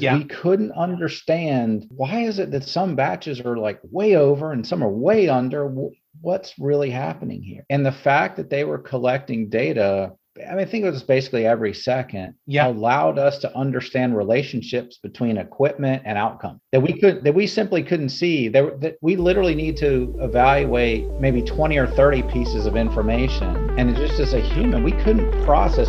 Yeah. We couldn't understand why is it that some batches are like way over and some are way under? Wh- What's really happening here? And the fact that they were collecting data, I mean, I think it was basically every second, Yeah. allowed us to understand relationships between equipment and outcome that we could that we simply couldn't see. There that we literally need to evaluate maybe 20 or 30 pieces of information. And just as a human, we couldn't process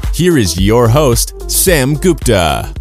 here is your host, Sam Gupta.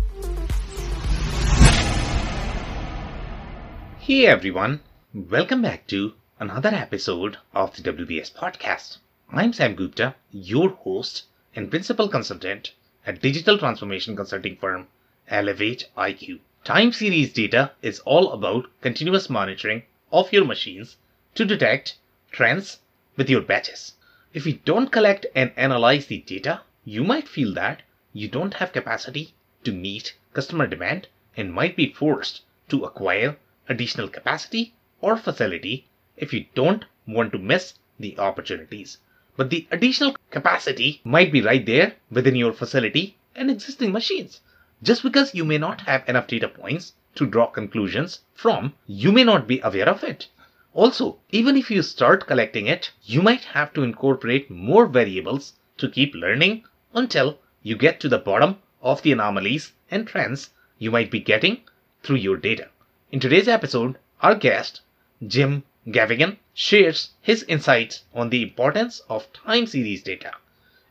Hey everyone, welcome back to another episode of the WBS podcast. I'm Sam Gupta, your host and principal consultant at digital transformation consulting firm Elevate IQ. Time series data is all about continuous monitoring of your machines to detect trends with your batches. If you don't collect and analyze the data, you might feel that you don't have capacity to meet customer demand and might be forced to acquire additional capacity or facility if you don't want to miss the opportunities. But the additional capacity might be right there within your facility and existing machines. Just because you may not have enough data points to draw conclusions from, you may not be aware of it. Also, even if you start collecting it, you might have to incorporate more variables to keep learning until you get to the bottom of the anomalies and trends you might be getting through your data. In today's episode, our guest, Jim Gavigan, shares his insights on the importance of time series data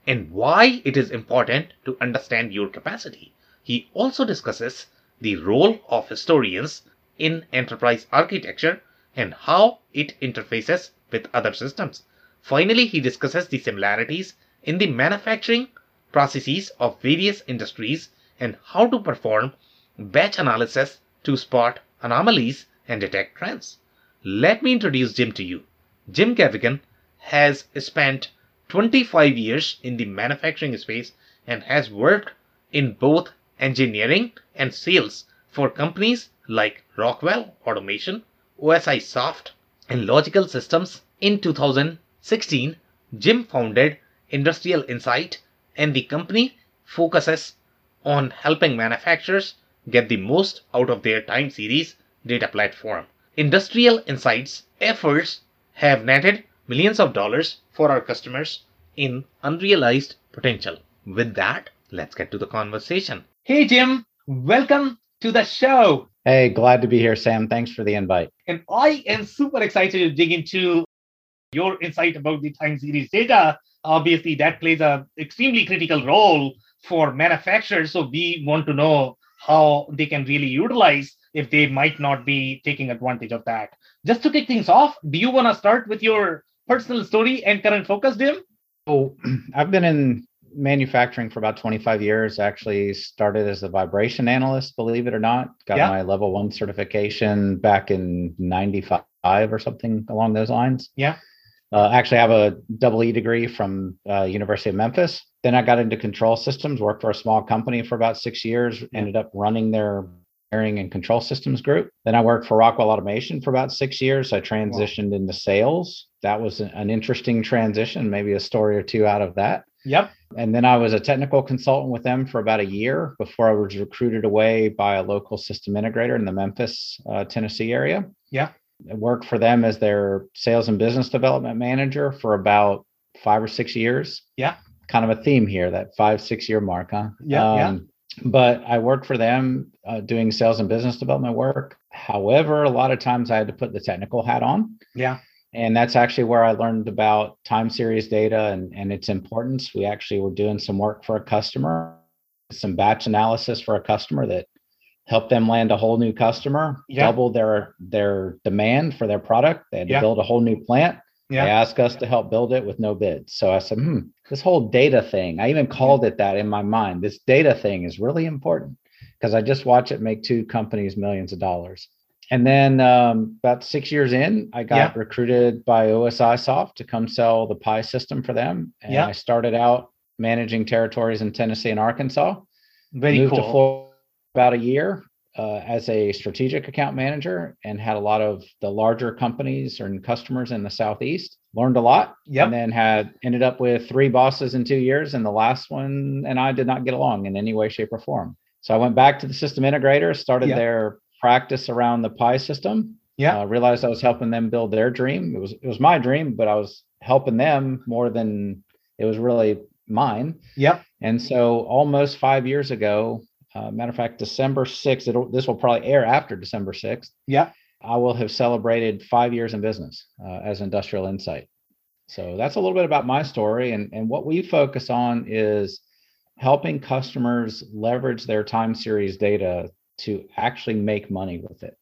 and why it is important to understand your capacity. He also discusses the role of historians in enterprise architecture and how it interfaces with other systems. Finally, he discusses the similarities in the manufacturing processes of various industries and how to perform batch analysis to spot anomalies and detect trends. Let me introduce Jim to you. Jim Gavigan has spent 25 years in the manufacturing space and has worked in both engineering and sales for companies like Rockwell Automation, OSI Soft, and Logical Systems. In 2016, Jim founded Industrial Insight, and the company focuses on helping manufacturers get the most out of their time series data platform. Industrial Insights efforts have netted millions of dollars for our customers in unrealized potential. With that, let's get to the conversation. Hey, Jim, welcome to the show. Hey, glad to be here, Sam. Thanks for the invite. And I am super excited to dig into your insight about the time series data. Obviously, that plays an extremely critical role for manufacturers. So we want to know how they can really utilize if they might not be taking advantage of that. Just to kick things off, do you want to start with your personal story and current focus, Jim? So I've been in manufacturing for about 25 years. Actually, started as a vibration analyst, believe it or not. Got Yeah. my level one certification back in 95 or something along those lines. Yeah. Uh, actually, I have a double E degree from uh, University of Memphis. Then I got into control systems, worked for a small company for about six years, ended up running their engineering and control systems group. Then I worked for Rockwell Automation for about six years. I transitioned into sales. That was an- an interesting transition, maybe a story or two out of that. Yep. And then I was a technical consultant with them for about a year before I was recruited away by a local system integrator in the Memphis, uh, Tennessee area. Yeah. I worked for them as their sales and business development manager for about five or six years. Yeah. Kind of a theme here, that five, six year mark, huh? Um, Yeah, yeah. But I worked for them uh, doing sales and business development work. However, a lot of times I had to put the technical hat on. Yeah. And that's actually where I learned about time series data and, and its importance. We actually were doing some work for a customer, some batch analysis for a customer that helped them land a whole new customer, Yeah. double their their demand for their product. They had to Yeah. build a whole new plant. Yeah. They asked us to help build it with no bid. So I said, hmm, this whole data thing, I even called it that in my mind. This data thing is really important because I just watch it make two companies millions of dollars. And then um, about six years in, I got Yeah. recruited by OSI Soft to come sell the Pi system for them. And Yeah. I started out managing territories in Tennessee and Arkansas. Very moved cool. to Florida about a year uh, as a strategic account manager and had a lot of the larger companies and customers in the Southeast. Learned a lot, Yep. and then had ended up with three bosses in two years, and the last one and I did not get along in any way, shape, or form. So I went back to the system integrator, started Yeah. their practice around the Pi system. Yeah. uh, realized I was helping them build their dream. It was it was my dream, but I was helping them more than it was really mine. Yep. And so almost five years ago, uh, matter of fact, December 6th, it'll, this will probably air after December 6th. Yeah. I will have celebrated five years in business uh, as Industrial Insight. So that's a little bit about my story. And, and what we focus on is helping customers leverage their time series data to actually make money with it.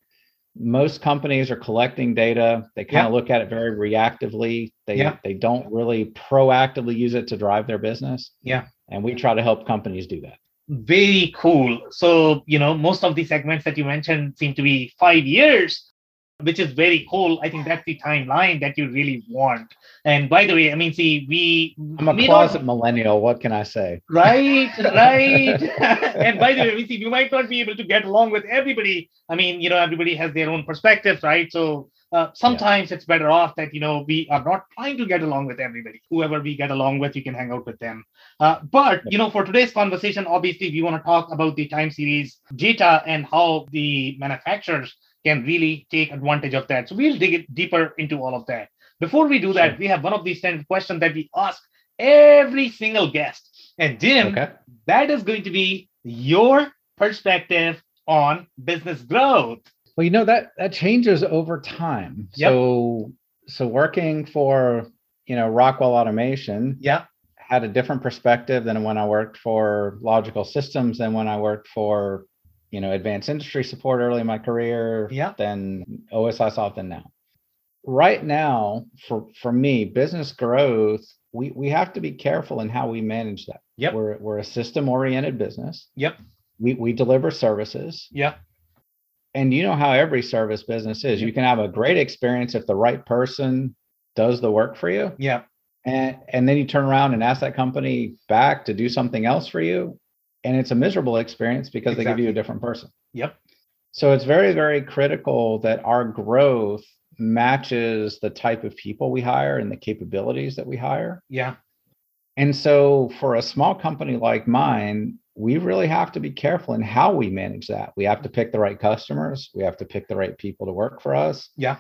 Most companies are collecting data. They kind Yeah. of look at it very reactively. They Yeah. they don't really proactively use it to drive their business. Yeah. And we try to help companies do that. Very cool. So, you know, most of the segments that you mentioned seem to be five years, which is very cool. I think that's the timeline that you really want. And by the way, I mean, see, we. I'm a we don't- closet millennial. What can I say? Right, right. and by the way, we see you might not be able to get along with everybody. I mean, you know, everybody has their own perspectives, right? So uh, sometimes it's better off that you know we are not trying to get along with everybody. Whoever we get along with, you can hang out with them. Uh, but you know, for today's conversation, obviously we want to talk about the time series data and how the manufacturers can really take advantage of that. So we'll dig it deeper into all of that. Before we do that, Sure. we have one of these standard questions that we ask every single guest. And Jim, Okay. that is going to be your perspective on business growth. Well, you know that that changes over time. Yep. So so working for you know Rockwell Automation Yeah. had a different perspective than when I worked for Logical Systems than when I worked for you know Advanced Industry Support early in my career. Yeah. Than OSI Soft and now. Right now, for for me, business growth, we we have to be careful in how we manage that. Yep. We're we're a system oriented business. Yep. We we deliver services Yeah. and you know how every service business is you can have a great experience if the right person does the work for you Yeah. and and then you turn around and ask that company back to do something else for you and it's a miserable experience because they give you a Exactly. different person Yep. so it's very very critical that our growth matches the type of people we hire and the capabilities that we hire Yeah. and so for a small company like mine, we really have to be careful in how we manage that. We have to pick the right customers. We have to pick the right people to work for us. Yeah.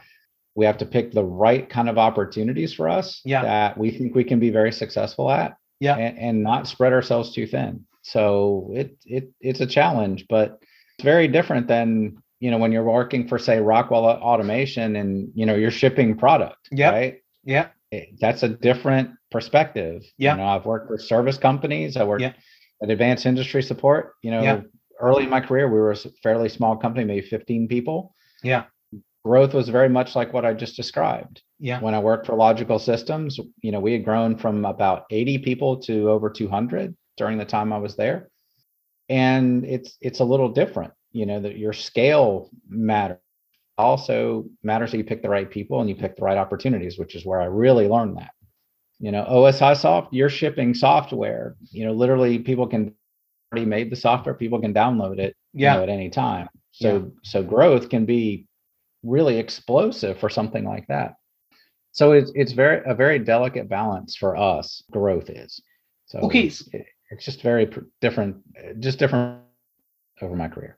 We have to pick the right kind of opportunities for us Yeah. that we think we can be very successful at. Yeah. And, and not spread ourselves too thin. So it it it's a challenge, but it's very different than you know when you're working for say Rockwell Automation and you know you're shipping product. Yep. Right Yeah. it- that's a different perspective. Yeah. You know, I've worked with service companies. I worked Yeah. at Advanced Industry Support. You know, Yeah. early in my career, we were a s- fairly small company, maybe 15 people. Yeah. Growth was very much like what I just described. Yeah. When I worked for Logical Systems, you know, we had grown from about 80 people to over 200 during the time I was there. And it's it's a little different, you know, that your scale matters. Also matters that you pick the right people and you pick the right opportunities, which is where I really learned that. You know, OSI soft, you're shipping software. You know, literally people can already made the software, people can download it you Yeah. know, at any time. So so growth can be really explosive for something like that. So it's it's very a very delicate balance for us. Growth is so Okay. it- it's just very pr- different, just different over my career.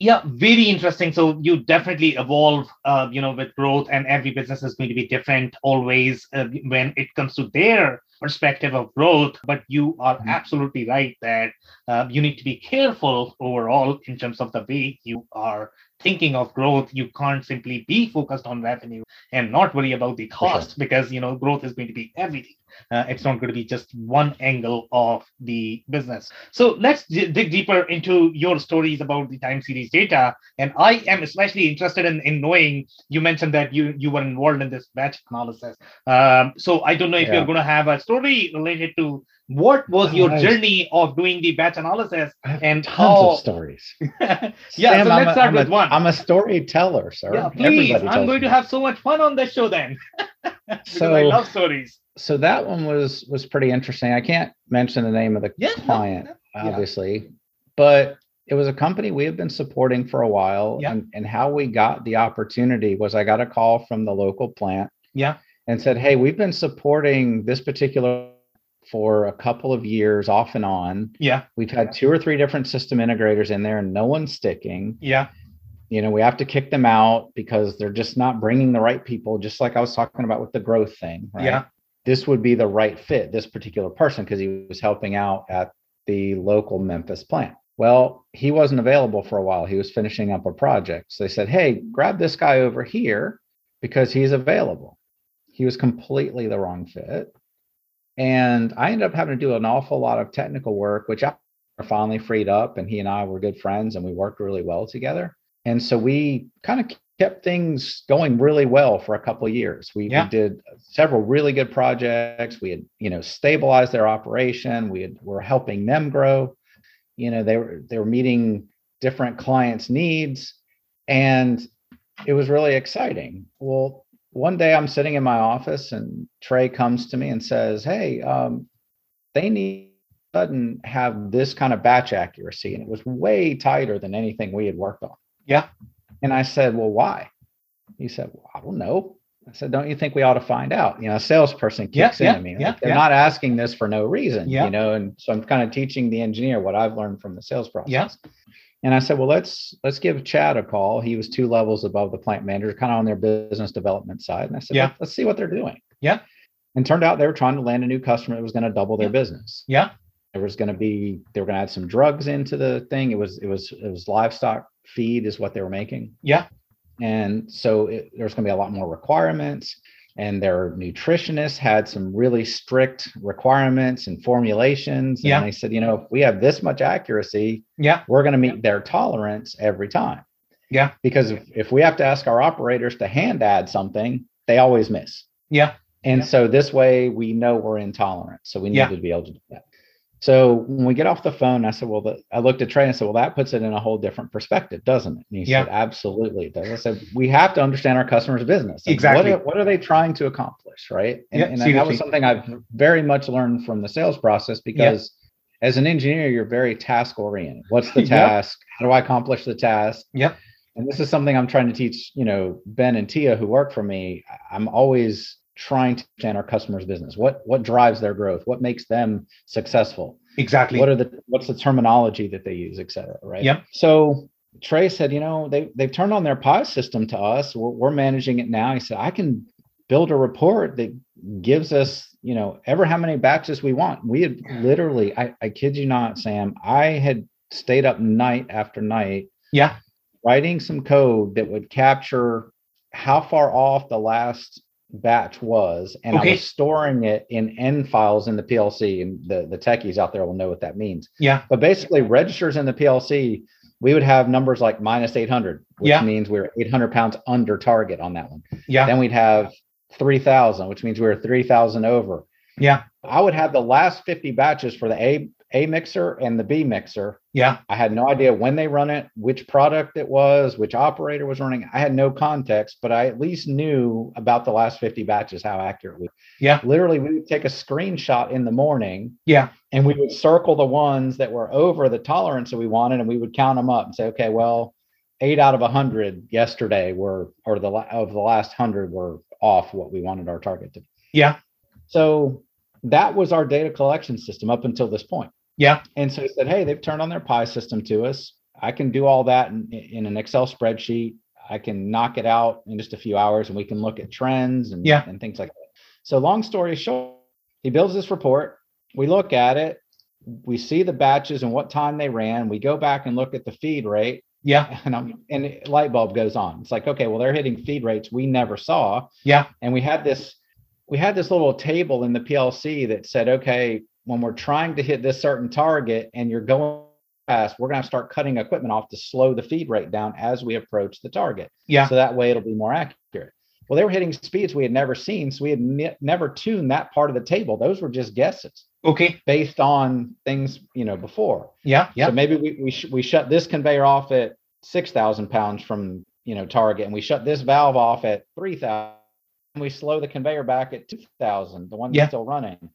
Yeah, very interesting. So you definitely evolve, uh, you know, with growth, and every business is going to be different always uh, when it comes to their perspective of growth, but you are Mm-hmm. absolutely right that uh, you need to be careful overall in terms of the way you are thinking of growth. You can't simply be focused on revenue and not worry about the cost because you know growth is going to be everything. Uh, it's not going to be just one angle of the business. So let's d- dig deeper into your stories about the time series data. And I am especially interested in, in knowing you mentioned that you you were involved in this batch analysis. Um, so I don't know if Yeah. you're going to have a story related to what was your Nice. journey of doing the batch analysis I have and Tons how. of stories. Oh. yeah, Sam, so I'm let's a- start I'm with a, one. I'm a storyteller, sir. yeah, please. Everybody I'm tells going me. to have so much fun on this show then because so I love stories. so that one was was pretty interesting. I can't mention the name of the Yeah, no, client, yeah. obviously, but it was a company we have been supporting for a while. Yeah. And, and how we got the opportunity was I got a call from the local plant. Yeah. And said, hey, we've been supporting this particular for a couple of years off and on. Yeah, We've had two or three different system integrators in there and no one's sticking yeah, you know we have to kick them out because they're just not bringing the right people just like i was talking about with the growth thing right? Yeah. this would be the right fit this particular person because he was helping out at the local memphis plant well he wasn't available for a while he was finishing up a project so they said hey grab this guy over here because he's available he was completely the wrong fit and i ended up having to do an awful lot of technical work which i finally freed up and he and i were good friends and we worked really well together and so we kind of kept things going really well for a couple of years we, we Yeah. did several really good projects we had you know stabilized their operation we had, were helping them grow you know they were they were meeting different clients needs and it was really exciting well one day i'm sitting in my office and trey comes to me and says hey um, they need all of a sudden have this kind of batch accuracy and it was way tighter than anything we had worked on Yeah. and i said well why he said well, i don't know i said don't you think we ought to find out you know a salesperson Yeah, kicks yeah, in at me yeah, like, they're yeah. not asking this for no reason Yeah. you know and so i'm kind of teaching the engineer what i've learned from the sales process yeah, and I said, well, let's let's give Chad a call. He was two levels above the plant manager, kind of on their business development side. And I said, Yeah. "Let- let's see what they're doing. Yeah. And turned out they were trying to land a new customer that was going to double their Yeah. business. yeah, There was going to be they were going to add some drugs into the thing. It was it was it was livestock feed is what they were making. yeah, And so it, there's going to be a lot more requirements. And their nutritionists had some really strict requirements and formulations. And Yeah. they said, you know, if we have this much accuracy, yeah, we're going to meet their tolerance every time. Yeah. Because if, if we have to ask our operators to hand add something, they always miss. yeah, And Yeah. so this way we know we're intolerant. So we need Yeah. to be able to do that. So when we get off the phone, I said, Well, the, I looked at Trey and I said, Well, that puts it in a whole different perspective, doesn't it? And he Yeah. said, Absolutely. it does." I said, We have to understand our customer's business. And Exactly. What are, what are they trying to accomplish? Right. And, Yeah, and that seriously. was something I've very much learned from the sales process because as an engineer, you're very task oriented. What's the Yeah. task? How do I accomplish the task? Yep. And this is something I'm trying to teach, you know, Ben and Tia who work for me. I- I'm always trying to understand our customers' business. What what drives their growth? What makes them successful? exactly. What are the what's the terminology that they use, et cetera, right? Yep. So Trey said, you know, they they've turned on their PI system to us. We're, we're managing it now. He said, I can build a report that gives us, you know, ever how many batches we want. We had literally, I, I kid you not, Sam, I had stayed up night after night yeah, writing some code that would capture how far off the last batch was and Okay. i was storing it in n files in the plc and the, the techies out there will know what that means yeah, but basically registers in the plc we would have numbers like minus 800 which Yeah. means we were 800 pounds under target on that one yeah, then we'd have 3000 which means we were 3000 over yeah, i would have the last 50 batches for the a a mixer and the b mixer yeah, I had no idea when they run it, which product it was, which operator was running. I had no context, but I at least knew about the last 50 batches how accurate we. Yeah. Literally, we would take a screenshot in the morning yeah, and we would circle the ones that were over the tolerance that we wanted and we would count them up and say, okay, well, eight out of 100 yesterday were, or the la- of the last 100 were off what we wanted our target to be. yeah, So that was our data collection system up until this point. Yeah. And so he said, hey, they've turned on their Pi system to us. I can do all that in, in an Excel spreadsheet. I can knock it out in just a few hours and we can look at trends and, Yeah. and things like that. So long story short, He builds this report. We look at it. We see the batches and what time they ran. We go back and look at the feed rate. Yeah. And I'm, and it- light bulb goes on. It's like, okay, well, they're hitting feed rates we never saw. Yeah. And we had this, we had this little table in the PLC that said, okay, when we're trying to hit this certain target and you're going fast, we're going to start cutting equipment off to slow the feed rate down as we approach the target. Yeah. So that way it'll be more accurate. Well, they were hitting speeds we had never seen. So we had ne- never tuned that part of the table. Those were just guesses Okay. based on things, you know, before. Yeah. Yeah. So maybe we we, sh- we shut this conveyor off at six thousand pounds from you know target, and we shut this valve off at three thousand. And we slow the conveyor back at two thousand, the one Yeah. that's still running.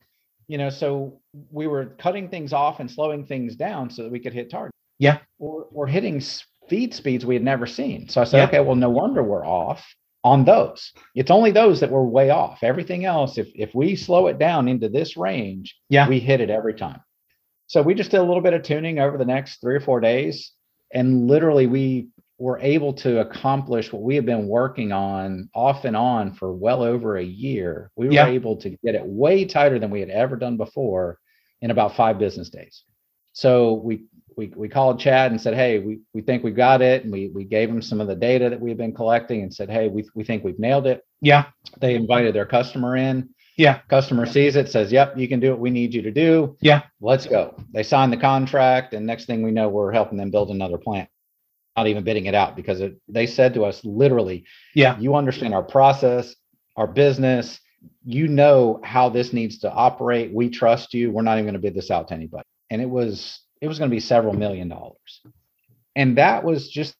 You know, so we were cutting things off and slowing things down so that we could hit target. Yeah. or we're hitting speed speeds we had never seen. So I said, Yeah. okay, well, no wonder we're off on those. It's only those that were way off. Everything else, if if we slow it down into this range, Yeah. we hit it every time. So we just did a little bit of tuning over the next three or four days, and literally we were able to accomplish what we had been working on off and on for well over a year. We Yeah. were able to get it way tighter than we had ever done before in about five business days. So we we we called Chad and said, "Hey, we we think we got it." And we we gave him some of the data that we had been collecting and said, "Hey, we we think we've nailed it." Yeah. They invited their customer in. Yeah. Customer sees it, says, "Yep, you can do what we need you to do." Yeah. Let's go. They sign the contract, and next thing we know, we're helping them build another plant. Not even bidding it out because it, they said to us literally, Yeah. you understand our process, our business, you know how this needs to operate. We trust you. We're not even going to bid this out to anybody." and it was it was going to be several million dollars and that was just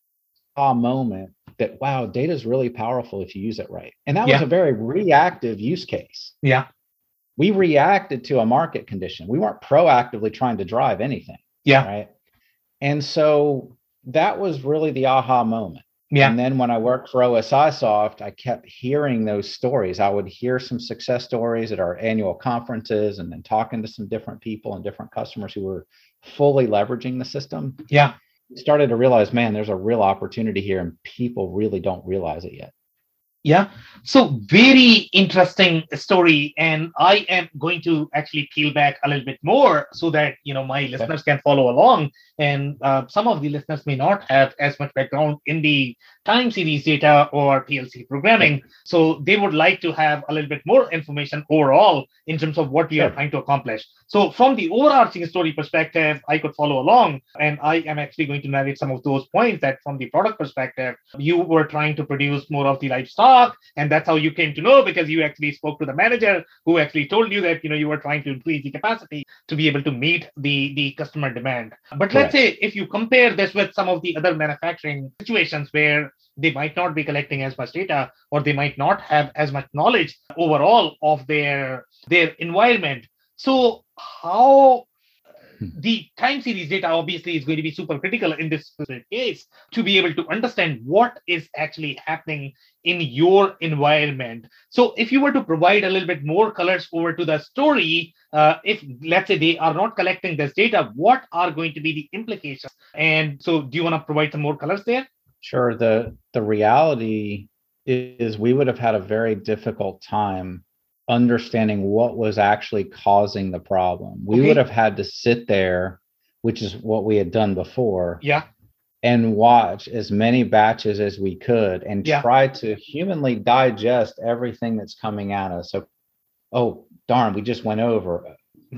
a moment that wow data is really powerful if you use it right and that was Yeah. a very reactive use case Yeah. we reacted to a market condition we weren't proactively trying to drive anything Yeah. right and so that was really the aha moment Yeah. and then when I worked for OSI Soft, I kept hearing those stories. I would hear some success stories at our annual conferences and then talking to some different people and different customers who were fully leveraging the system. Yeah. Started to realize, man, there's a real opportunity here and people really don't realize it yet. Yeah. So very interesting story. And I am going to actually peel back a little bit more so that, you know, my listeners can follow along. And uh, some of the listeners may not have as much background in the time series data or PLC programming. So they would like to have a little bit more information overall in terms of what we are Sure. trying to accomplish. So from the overarching story perspective, I could follow along. And I am actually going to narrate some of those points that from the product perspective, you were trying to produce more of the livestock. And that's how you came to know because you actually spoke to the manager who actually told you that, you know, you were trying to increase the capacity to be able to meet the, the customer demand. But let's Correct. say if you compare this with some of the other manufacturing situations where they might not be collecting as much data or they might not have as much knowledge overall of their their environment so how the time series data obviously is going to be super critical in this specific case to be able to understand what is actually happening in your environment so if you were to provide a little bit more colors over to the story uh, if let's say they are not collecting this data what are going to be the implications and so do you want to provide some more colors there Sure. The the reality is we would have had a very difficult time understanding what was actually causing the problem. We Okay. would have had to sit there, which is what we had done before, yeah and watch as many batches as we could and Yeah. try to humanly digest everything that's coming at us. So, oh darn, we just went over.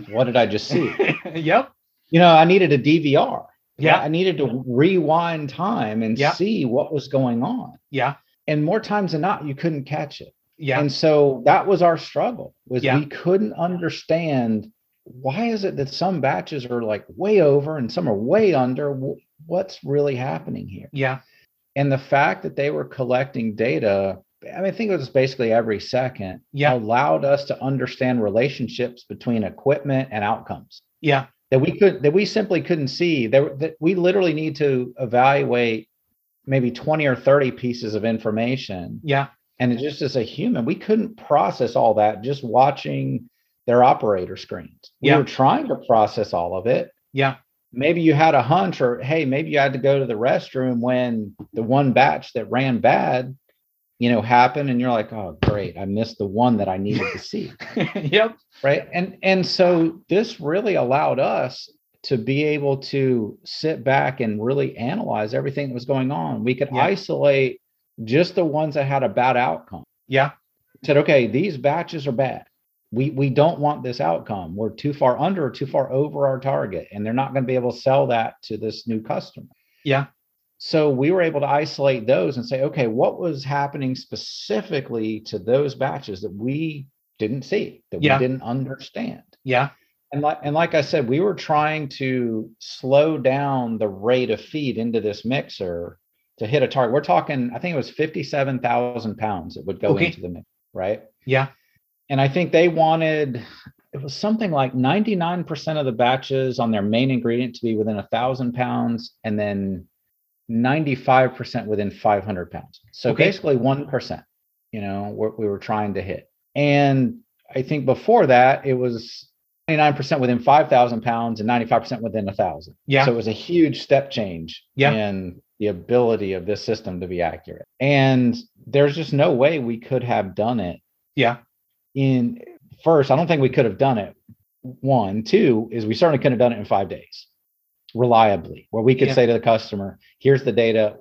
What did I just see? yep you know, I needed a DVR. yeah I needed to rewind time and Yeah. see what was going on yeah and more times than not you couldn't catch it yeah and so that was our struggle was Yeah. we couldn't understand why is it that some batches are like way over and some are way under Wh- what's really happening here Yeah, and the fact that they were collecting data i mean i think it was basically every second yeah, allowed us to understand relationships between equipment and outcomes yeah, that we could that we simply couldn't see there were- that we literally need to evaluate maybe 20 or 30 pieces of information yeah, and it just as a human, we couldn't process all that just watching their operator screens. We Yeah. were trying to process all of it. yeah, Maybe you had a hunch, or hey, maybe you had to go to the restroom when the one batch that ran bad you know, happen and you're like, oh, great, I missed the one that I needed to see. yep. right and and so this really allowed us to be able to sit back and really analyze everything that was going on we could Yeah. isolate just the ones that had a bad outcome Yeah. said okay these batches are bad we we don't want this outcome we're too far under or too far over our target and they're not going to be able to sell that to this new customer Yeah. so we were able to isolate those and say okay what was happening specifically to those batches that we didn't see that Yeah. we didn't understand Yeah. and like and like I said, we were trying to slow down the rate of feed into this mixer to hit a target. We're talking, I think it was fifty-seven thousand pounds that would go Okay. into the mix, right? Yeah. And I think they wanted it was something like ninety-nine percent of the batches on their main ingredient to be within a thousand pounds, and then ninety-five percent within five hundred pounds. So Okay. basically one percent. You know what we were trying to hit, and I think before that it was 99% within 5,000 pounds and 95% within 1,000. Yeah. So it was a huge step change Yeah. in the ability of this system to be accurate. And there's just no way we could have done it. Yeah. In first, I don't think we could have done it. One, two is we certainly couldn't have done it in five days reliably, where we could Yeah. say to the customer, here's the data.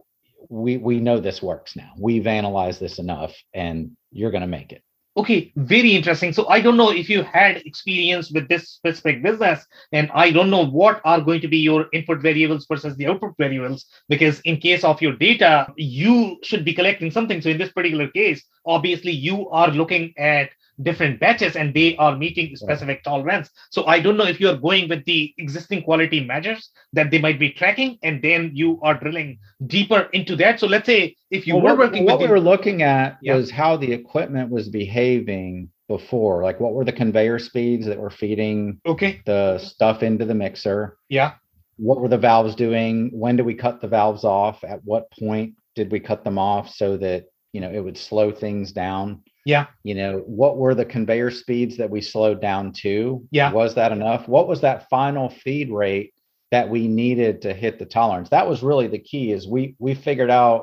We we know this works now. We've analyzed this enough and you're gonna make it. Okay, very interesting. So I don't know if you had experience with this specific business, and I don't know what are going to be your input variables versus the output variables, because in case of your data, you should be collecting something. So in this particular case, obviously you are looking at different batches and they are meeting specific tolerance. So I don't know if you are going with the existing quality measures that they might be tracking, and then you are drilling deeper into that. So let's say if you Well, were what, working what with we the- were looking at Yeah. was how the equipment was behaving before like what were the conveyor speeds that were feeding okay, the stuff into the mixer yeah. what were the valves doing when did we cut the valves off at what point did we cut them off so that you know it would slow things down Yeah. you know what were the conveyor speeds that we slowed down to Yeah. was that enough what was that final feed rate that we needed to hit the tolerance that was really the key is we we figured out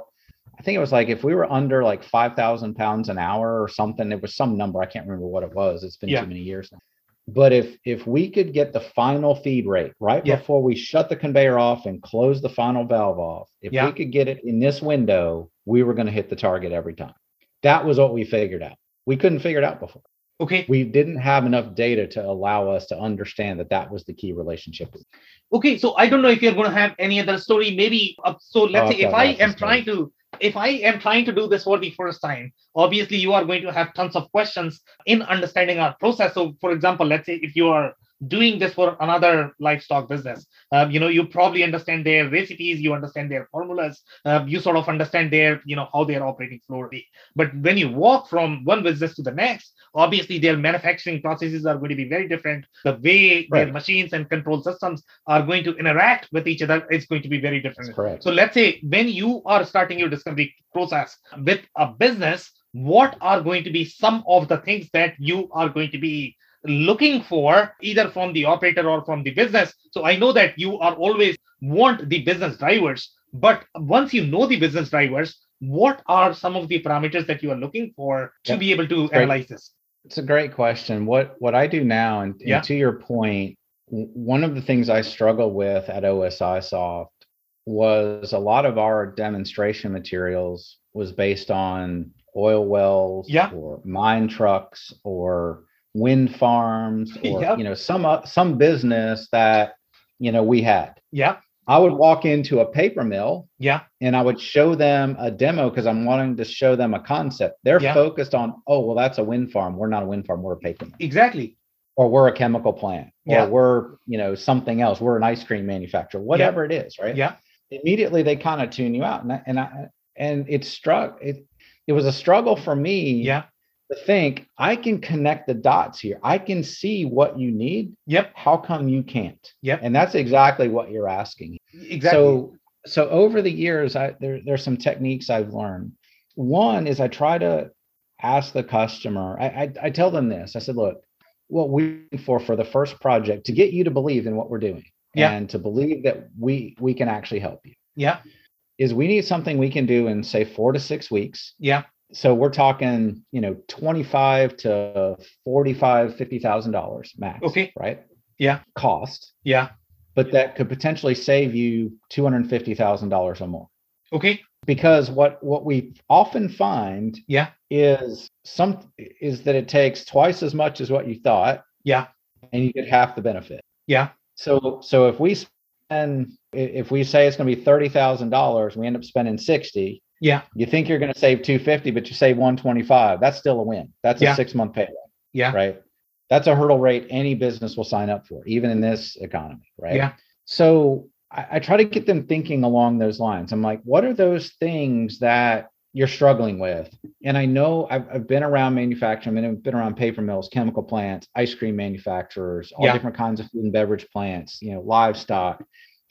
i think it was like if we were under like 5000 pounds an hour or something it was some number i can't remember what it was it's been Yeah. too many years now but if if we could get the final feed rate right Yeah. before we shut the conveyor off and close the final valve off, if Yeah. we could get it in this window, we were going to hit the target every time. That was what we figured out. We couldn't figure it out before. Okay. We didn't have enough data to allow us to understand that that was the key relationship. okay so i don't know if you're going to have any other story maybe uh, so let's Oh, say if okay, i that's am a trying to if i am trying to do this for the first time obviously you are going to have tons of questions in understanding our process so for example let's say if you are doing this for another livestock business um, you know you probably understand their recipes you understand their formulas um, you sort of understand their you know how their operating flow be but when you walk from one business to the next obviously their manufacturing processes are going to be very different the way their Right. machines and control systems are going to interact with each other is going to be very That's different. correct. So let's say when you are starting your discovery process with a business, what are going to be some of the things that you are going to be looking for either from the operator or from the business? So I know that you are always want the business drivers, but once you know the business drivers, what are some of the parameters that you are looking for to Yeah. be able to Great. analyze this? It's a great question. What what I do now, and, and Yeah. to your point, w- one of the things I struggle with at OSI Soft was a lot of our demonstration materials was based on oil wells Yeah. or mine trucks or wind farms or Yep. you know some o- some business that you know we had. Yeah, I would walk into a paper mill yeah, and I would show them a demo because I'm wanting to show them a concept. They're Yeah. focused on, oh, well, that's a wind farm. We're not a wind farm. We're a paper mill, exactly. or we're a chemical plant, or Yeah. we're you know something else. We're an ice cream manufacturer, whatever it is, right? Yeah. Immediately they kind of tune you out, and I, and I and it struck it. It was a struggle for me Yeah, to think I can connect the dots here. I can see what you need. Yep. How come you can't? Yep. And that's exactly what you're asking exactly. so so over the years i there, there's some techniques i've learned one is i try to ask the customer I, I i tell them this i said look what we're looking for for the first project to get you to believe in what we're doing Yeah. and to believe that we we can actually help you yeah, is we need something we can do in say four to six weeks yeah, so we're talking you know 25 to 45 50000 dollars max Okay. right Yeah. cost Yeah. but that could potentially save you $250000 or more Okay. because what what we often find Yeah. is some is that it takes twice as much as what you thought Yeah. and you get half the benefit Yeah. so so if we spend i- if we say it's going to be $30000 we end up spending 60 Yeah. you think you're going to save 250 but you save 125 that's still a win that's Yeah. a six month payday Yeah. right that's a hurdle rate any business will sign up for even in this economy right Yeah. so I, I try to get them thinking along those lines. I'm like, what are those things that you're struggling with? And I know I've, I've been around manufacturing, and I've been around paper mills, chemical plants, ice cream manufacturers, all Yeah. different kinds of food and beverage plants, you know, livestock.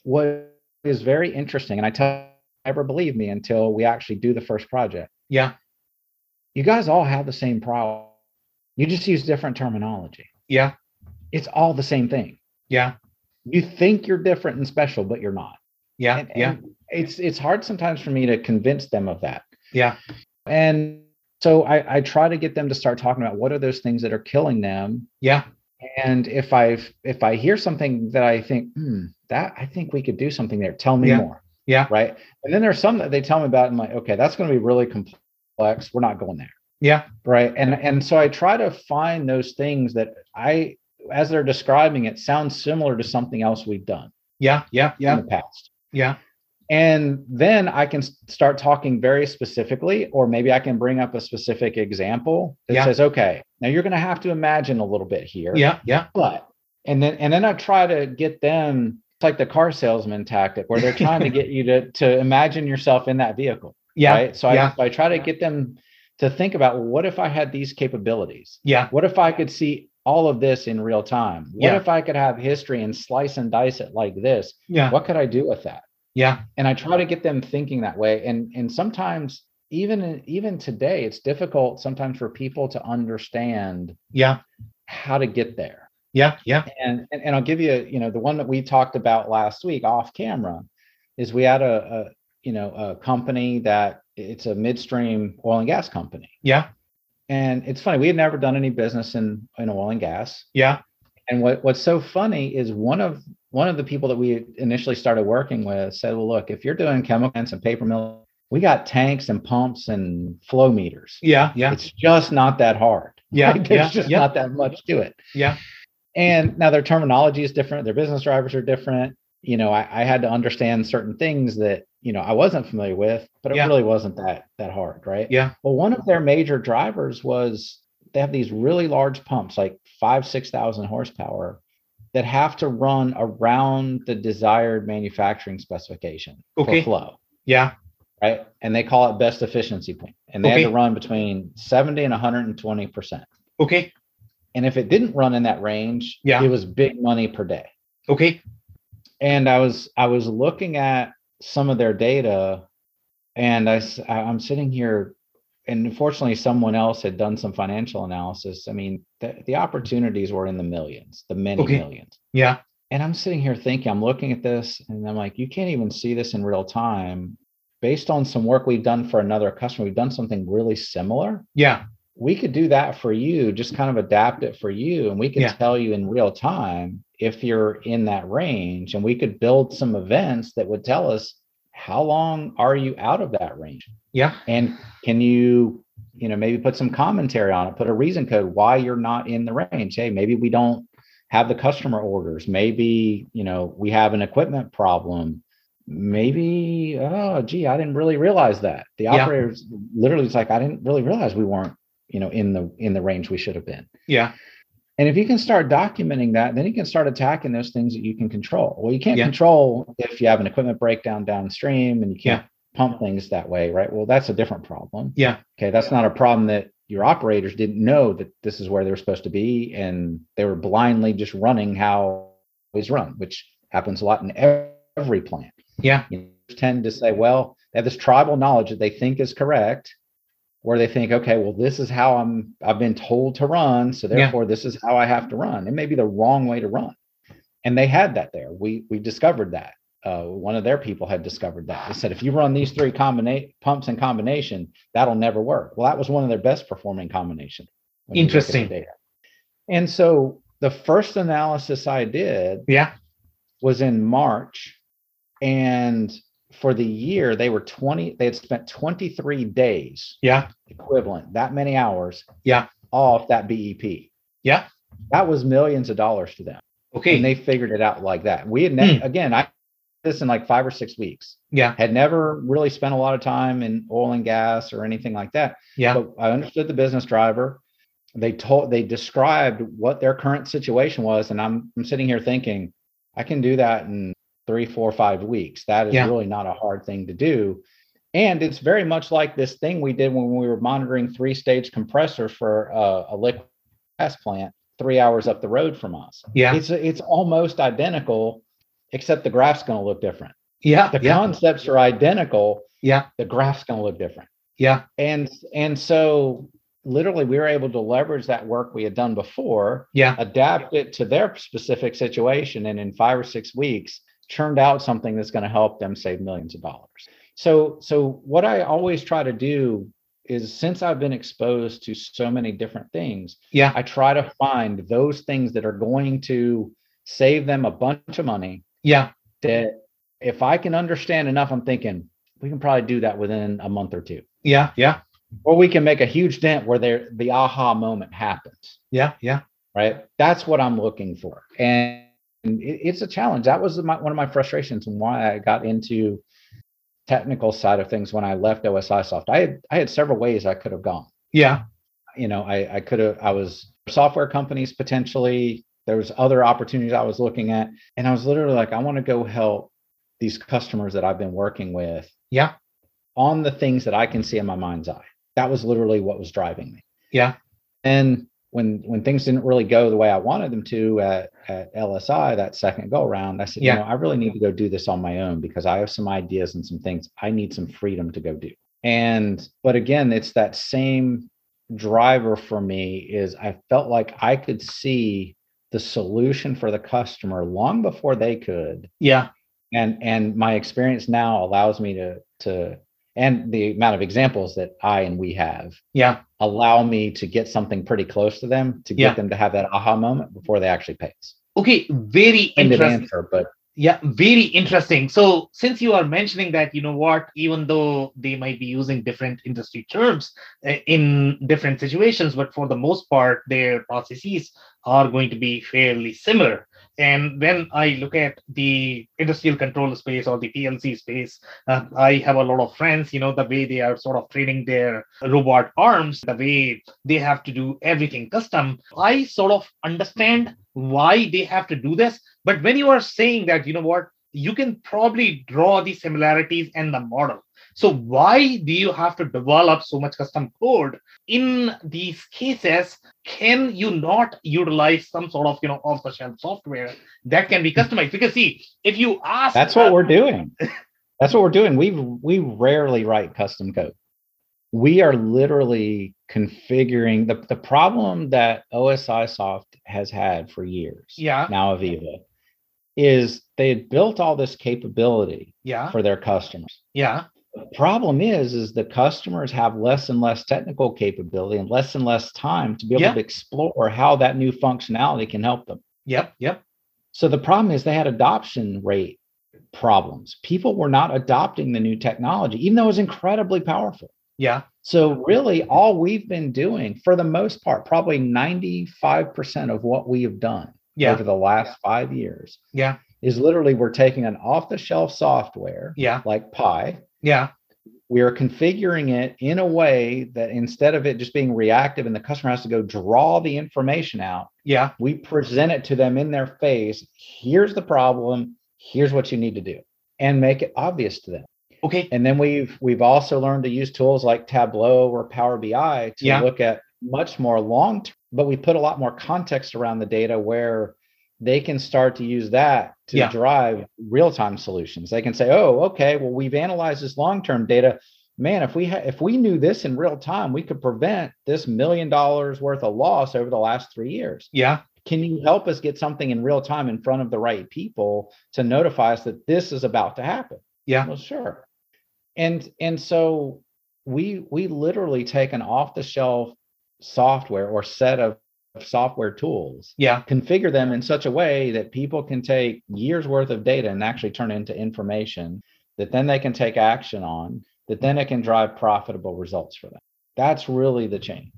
What is very interesting, and I tell never believe me until we actually do the first project. Yeah. You guys all have the same problem. You just use different terminology. Yeah. It's all the same thing Yeah. you think you're different and special, but you're not. Yeah. And- yeah. and it's it's hard sometimes for me to convince them of that. Yeah. And so I, I try to get them to start talking about what are those things that are killing them. Yeah. And if I've if I hear something that I think, hmm, that I think we could do something there, tell me Yeah. more. Yeah. Right. And then there's some that they tell me about, and I'm like, okay, that's gonna be really complex. We're not going there Yeah. right and and so i try to find those things that i as they're describing it sounds similar to something else we've done Yeah. Yeah. Yeah. in the past Yeah. and then i can s- start talking very specifically or maybe i can bring up a specific example that Yeah. says okay now you're going to have to imagine a little bit here Yeah. Yeah. but and then and then i try to get them it's like the car salesman tactic where they're trying to get you to to imagine yourself in that vehicle Yeah. right? So yeah. I, so I try to Yeah. get them to think about well, what if I had these capabilities? Yeah. What if I could see all of this in real time? What Yeah. if I could have history and slice and dice it like this? Yeah. What could I do with that? Yeah. And I try to get them thinking that way. And and sometimes even even today, it's difficult sometimes for people to understand Yeah. how to get there. Yeah. Yeah. And, and and I'll give you, you know, the one that we talked about last week off camera is we had a, a you know a company that it's a midstream oil and gas company, Yeah. and it's funny we had never done any business in in oil and gas. Yeah. And what what's so funny is one of one of the people that we initially started working with said, well, look, if you're doing chemical plants and paper mill, we got tanks and pumps and flow meters. Yeah. Yeah. It's just not that hard. Yeah. Like, there's Yeah. just Yeah. not that much to it. Yeah. And now their terminology is different. Their business drivers are different. You know, I, I had to understand certain things that you know I wasn't familiar with, but it Yeah. really wasn't that that hard, right? Yeah. Well, one of their major drivers was they have these really large pumps, like five six thousand horsepower, that have to run around the desired manufacturing specification Okay. for flow Yeah. right? And they call it best efficiency point. And they had Okay. to run between 70 and 120 percent. Okay. And if it didn't run in that range, Yeah. it was big money per day. Okay. And I was I was looking at some of their data, and I s- I- I'm sitting here, and unfortunately, someone else had done some financial analysis. I mean, the, the opportunities were in the millions, the many Okay. millions. Yeah. And I'm sitting here thinking, I'm looking at this and I'm like, you can't even see this in real time. Based on some work we've done for another customer, we've done something really similar. Yeah. We could do that for you, just kind of adapt it for you. And we can Yeah. tell you in real time if you're in that range. And we could build some events that would tell us how long are you out of that range? Yeah. And can you, you know, maybe put some commentary on it, put a reason code why you're not in the range? Hey, maybe we don't have the customer orders. Maybe, you know, we have an equipment problem. Maybe, oh, gee, I didn't really realize that. The Yeah. operators literally it's like, I didn't really realize we weren't, you know, in the in the range we should have been. Yeah. And if you can start documenting that, then you can start attacking those things that you can control. Well, you can't Yeah. control if you have an equipment breakdown downstream and you can't pump things that way, right? Well, that's a different problem. Yeah. Okay. That's not a problem that your operators didn't know that this is where they were supposed to be. And they were blindly just running how it's run, which happens a lot in ev- every plant. Yeah. You tend to say, well, they have this tribal knowledge that they think is correct, where they think, okay, well, this is how I'm I've been told to run. So Yeah. therefore this is how I have to run. It may be the wrong way to run. And they had that there. We we discovered that. uh, one of their people had discovered that. They said, if you run these three combina- pumps in combination, that'll never work. Well, that was one of their best performing combinations. when you look at the Interesting. data. And so the first analysis I did Yeah. was in March. And for the year, they were 20, they had spent 23 days Yeah. equivalent, that many hours. Yeah. Off that BEP. Yeah. That was millions of dollars to them. Okay. Hmm. And they figured it out like that. We had, ne- again, I did this in like five or six weeks. yeah. Had never really spent a lot of time in oil and gas or anything like that. Yeah. So I understood the business driver. They told they described what their current situation was, and I'm I'm sitting here thinking, I can do that in three, four, five weeks. That is Yeah. really not a hard thing to do. And it's very much like this thing we did when we were monitoring three stage compressors for uh, a liquid gas plant three hours up the road from us. yeah. It's it's almost identical, except the graph's going to look different. Yeah. The Yeah. concepts are identical. Yeah. The graph's going to look different Yeah. and and so literally we were able to leverage that work we had done before Yeah. adapt it to their specific situation and in five or six weeks churned out something that's going to help them save millions of dollars so so what i always try to do is since i've been exposed to so many different things Yeah. i try to find those things that are going to save them a bunch of money Yeah. that if i can understand enough i'm thinking we can probably do that within a month or two Yeah. Yeah. or we can make a huge dent where there the aha moment happens Yeah. Yeah. right that's what i'm looking for and and it- it's a challenge that was my, one of my frustrations and why i got into technical side of things when i left osi soft i had i had several ways i could have gone Yeah. you know i i could have i was software companies potentially there was other opportunities i was looking at and i was literally like i want to go help these customers that i've been working with Yeah. on the things that i can see in my mind's eye that was literally what was driving me Yeah. and when when things didn't really go the way i wanted them to at, at lsi that second go round i said Yeah. you know i really need to go do this on my own because i have some ideas and some things i need some freedom to go do and but again it's that same driver for me is I felt like I could see the solution for the customer long before they could. Yeah. And and my experience now allows me to to and the amount of examples that I and we have Yeah. allow me to get something pretty close to them to get Yeah. them to have that aha moment before they actually pay us. Okay. Very Ended interesting. answer, but Yeah, very interesting. So, since you are mentioning that, you know what, even though they might be using different industry terms uh, in different situations, but for the most part, their processes are going to be fairly similar. And when I look at the industrial control space or the PLC space, uh, I have a lot of friends, you know, the way they are sort of training their robot arms, the way they have to do everything custom. I sort of understand why they have to do this but when you are saying that, you know what, you can probably draw the similarities and the model. So why do you have to develop so much custom code in these cases? Can you not utilize some sort of you know off-the-shelf software that can be customized? Because see, if you ask, that's what we're doing. That's what we're doing. We we rarely write custom code. We are literally configuring the, the problem that OSI Soft has had for years, Yeah, now Aviva, is they had built all this capability yeah, for their customers. yeah, The problem is, is the customers have less and less technical capability and less and less time to be able Yeah. to explore how that new functionality can help them. yep, yep, So the problem is they had adoption rate problems. People were not adopting the new technology, even though it was incredibly powerful. yeah, So really, all we've been doing, for the most part, probably 95% of what we have done yeah, over the last five years, Yeah. is literally we're taking an off-the-shelf software yeah, like Pi. yeah, We are configuring it in a way that instead of it just being reactive and the customer has to go draw the information out, yeah, we present it to them in their face here's the problem here's what you need to do and make it obvious to them okay, and then we've we've also learned to use tools like tableau or power bi to Yeah. look at much more long term but we put a lot more context around the data where they can start to use that to Yeah. drive real-time solutions they can say oh okay well we've analyzed this long-term data man if we ha- if we knew this in real time we could prevent this million dollars worth of loss over the last three years yeah, Can you help us get something in real time in front of the right people to notify us that this is about to happen? Yeah. Well, sure. And and so we we literally take an off the shelf software or set of of software tools Yeah. configure them in such a way that people can take years worth of data and actually turn it into information that then they can take action on that then it can drive profitable results for them that's really the change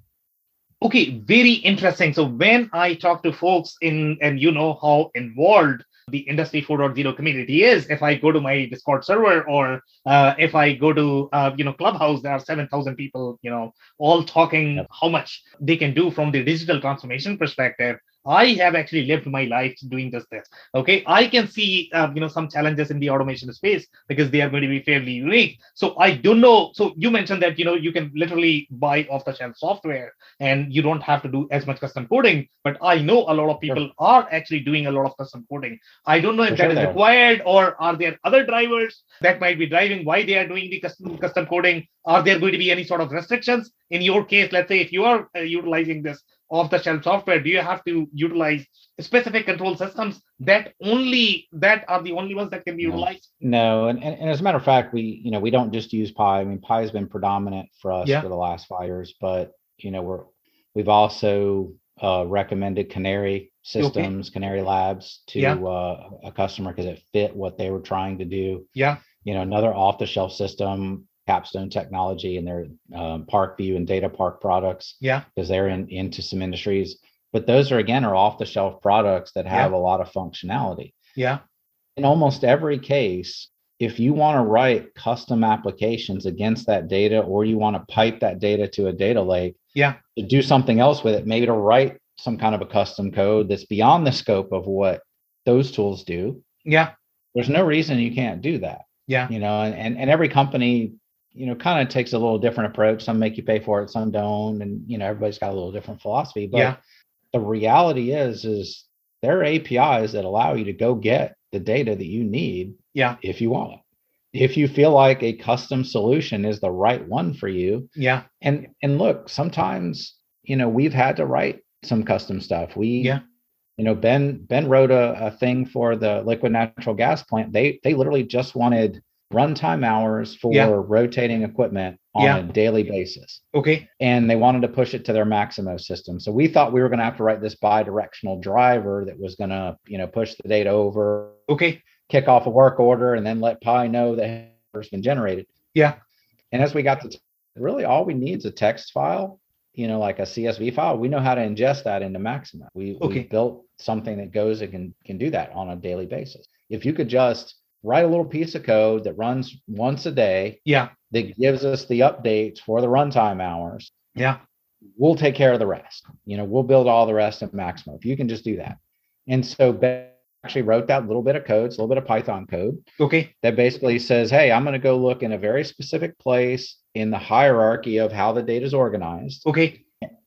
Okay, very interesting. So when I talk to folks in, and you know how involved the Industry 4.0 community is, if I go to my Discord server or uh, if I go to uh, you know Clubhouse, there are seven thousand people, you know, all talking Yep. how much they can do from the digital transformation perspective. I have actually lived my life doing this. This okay, I can see uh, you know some challenges in the automation space because they are going to be fairly unique. So I don't know. So you mentioned that you know you can literally buy off-the-shelf software and you don't have to do as much custom coding. But I know a lot of people are actually doing a lot of custom coding. I don't know if For that sure is they are. required or are there other drivers that might be driving why they are doing the custom custom coding? Are there going to be any sort of restrictions in your case? Let's say if you are uh, utilizing this off-the-shelf software, do you have to utilize specific control systems that only that are the only ones that can be No. utilized? no and, and, and as a matter of fact we you know we don't just use pi i mean pi has been predominant for us Yeah. for the last five years but you know we're we've also uh, recommended canary systems canary labs to Yeah. uh, a customer because it fit what they were trying to do Yeah. you know another off the shelf system capstone technology and their um, park view and data park products Yeah. because they're in into some industries but those are again are off the shelf products that have a lot of functionality Yeah. in almost every case if you want to write custom applications against that data or you want to pipe that data to a data lake Yeah. to do something else with it maybe to write some kind of a custom code that's beyond the scope of what those tools do Yeah. there's no reason you can't do that. Yeah. You know, and- and, and every company, you know, kind of takes a little different approach. Some make you pay for it, some don't. And, you know, everybody's got a little different philosophy. But Yeah. the reality is, is there are APIs that allow you to go get the data that you need Yeah. if you want it. If you feel like a custom solution is the right one for you. Yeah. And and look, sometimes, you know, we've had to write some custom stuff. We Yeah. you know ben ben wrote a, a thing for the liquid natural gas plant they they literally just wanted runtime hours for Yeah. rotating equipment on Yeah. a daily basis Okay. and they wanted to push it to their maximo system so we thought we were going to have to write this bi-directional driver that was going to you know push the data over Okay. kick off a work order and then let pi know that it's been generated Yeah. and as we got to t- really all we need is a text file, you know, like a CSV file. We know how to ingest that into Maxima. We, Okay. we built something that goes and can, can do that on a daily basis. If you could just write a little piece of code that runs once a day Yeah. that gives us the updates for the runtime hours, Yeah. we'll take care of the rest. You know, we'll build all the rest in Maxima. If you can just do that. And so Ben actually wrote that little bit of code, it's a little bit of Python code Okay. that basically says, hey, I'm going to go look in a very specific place in the hierarchy of how the data is organized, Okay.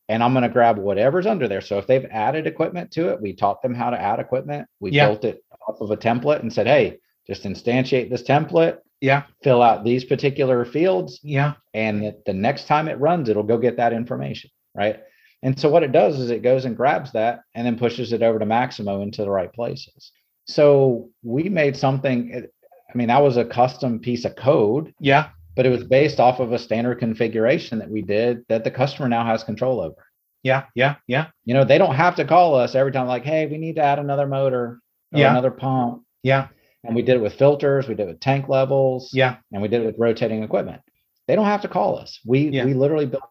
and I'm going to grab whatever's under there. So if they've added equipment to it, we taught them how to add equipment. We Yeah. built it off of a template and said, hey, just instantiate this template. Yeah. Fill out these particular fields, Yeah. and that the next time it runs, it'll go get that information, right? And so what it does is it goes and grabs that and then pushes it over to Maximo into the right places. So we made something. it- I mean, that was a custom piece of code, Yeah. but it was based off of a standard configuration that we did that the customer now has control over. Yeah. Yeah. Yeah. You know, they don't have to call us every time, like, hey, we need to add another motor or Yeah. another pump. Yeah. And we did it with filters, we did it with tank levels Yeah. and we did it with rotating equipment. They don't have to call us. We Yeah. we literally built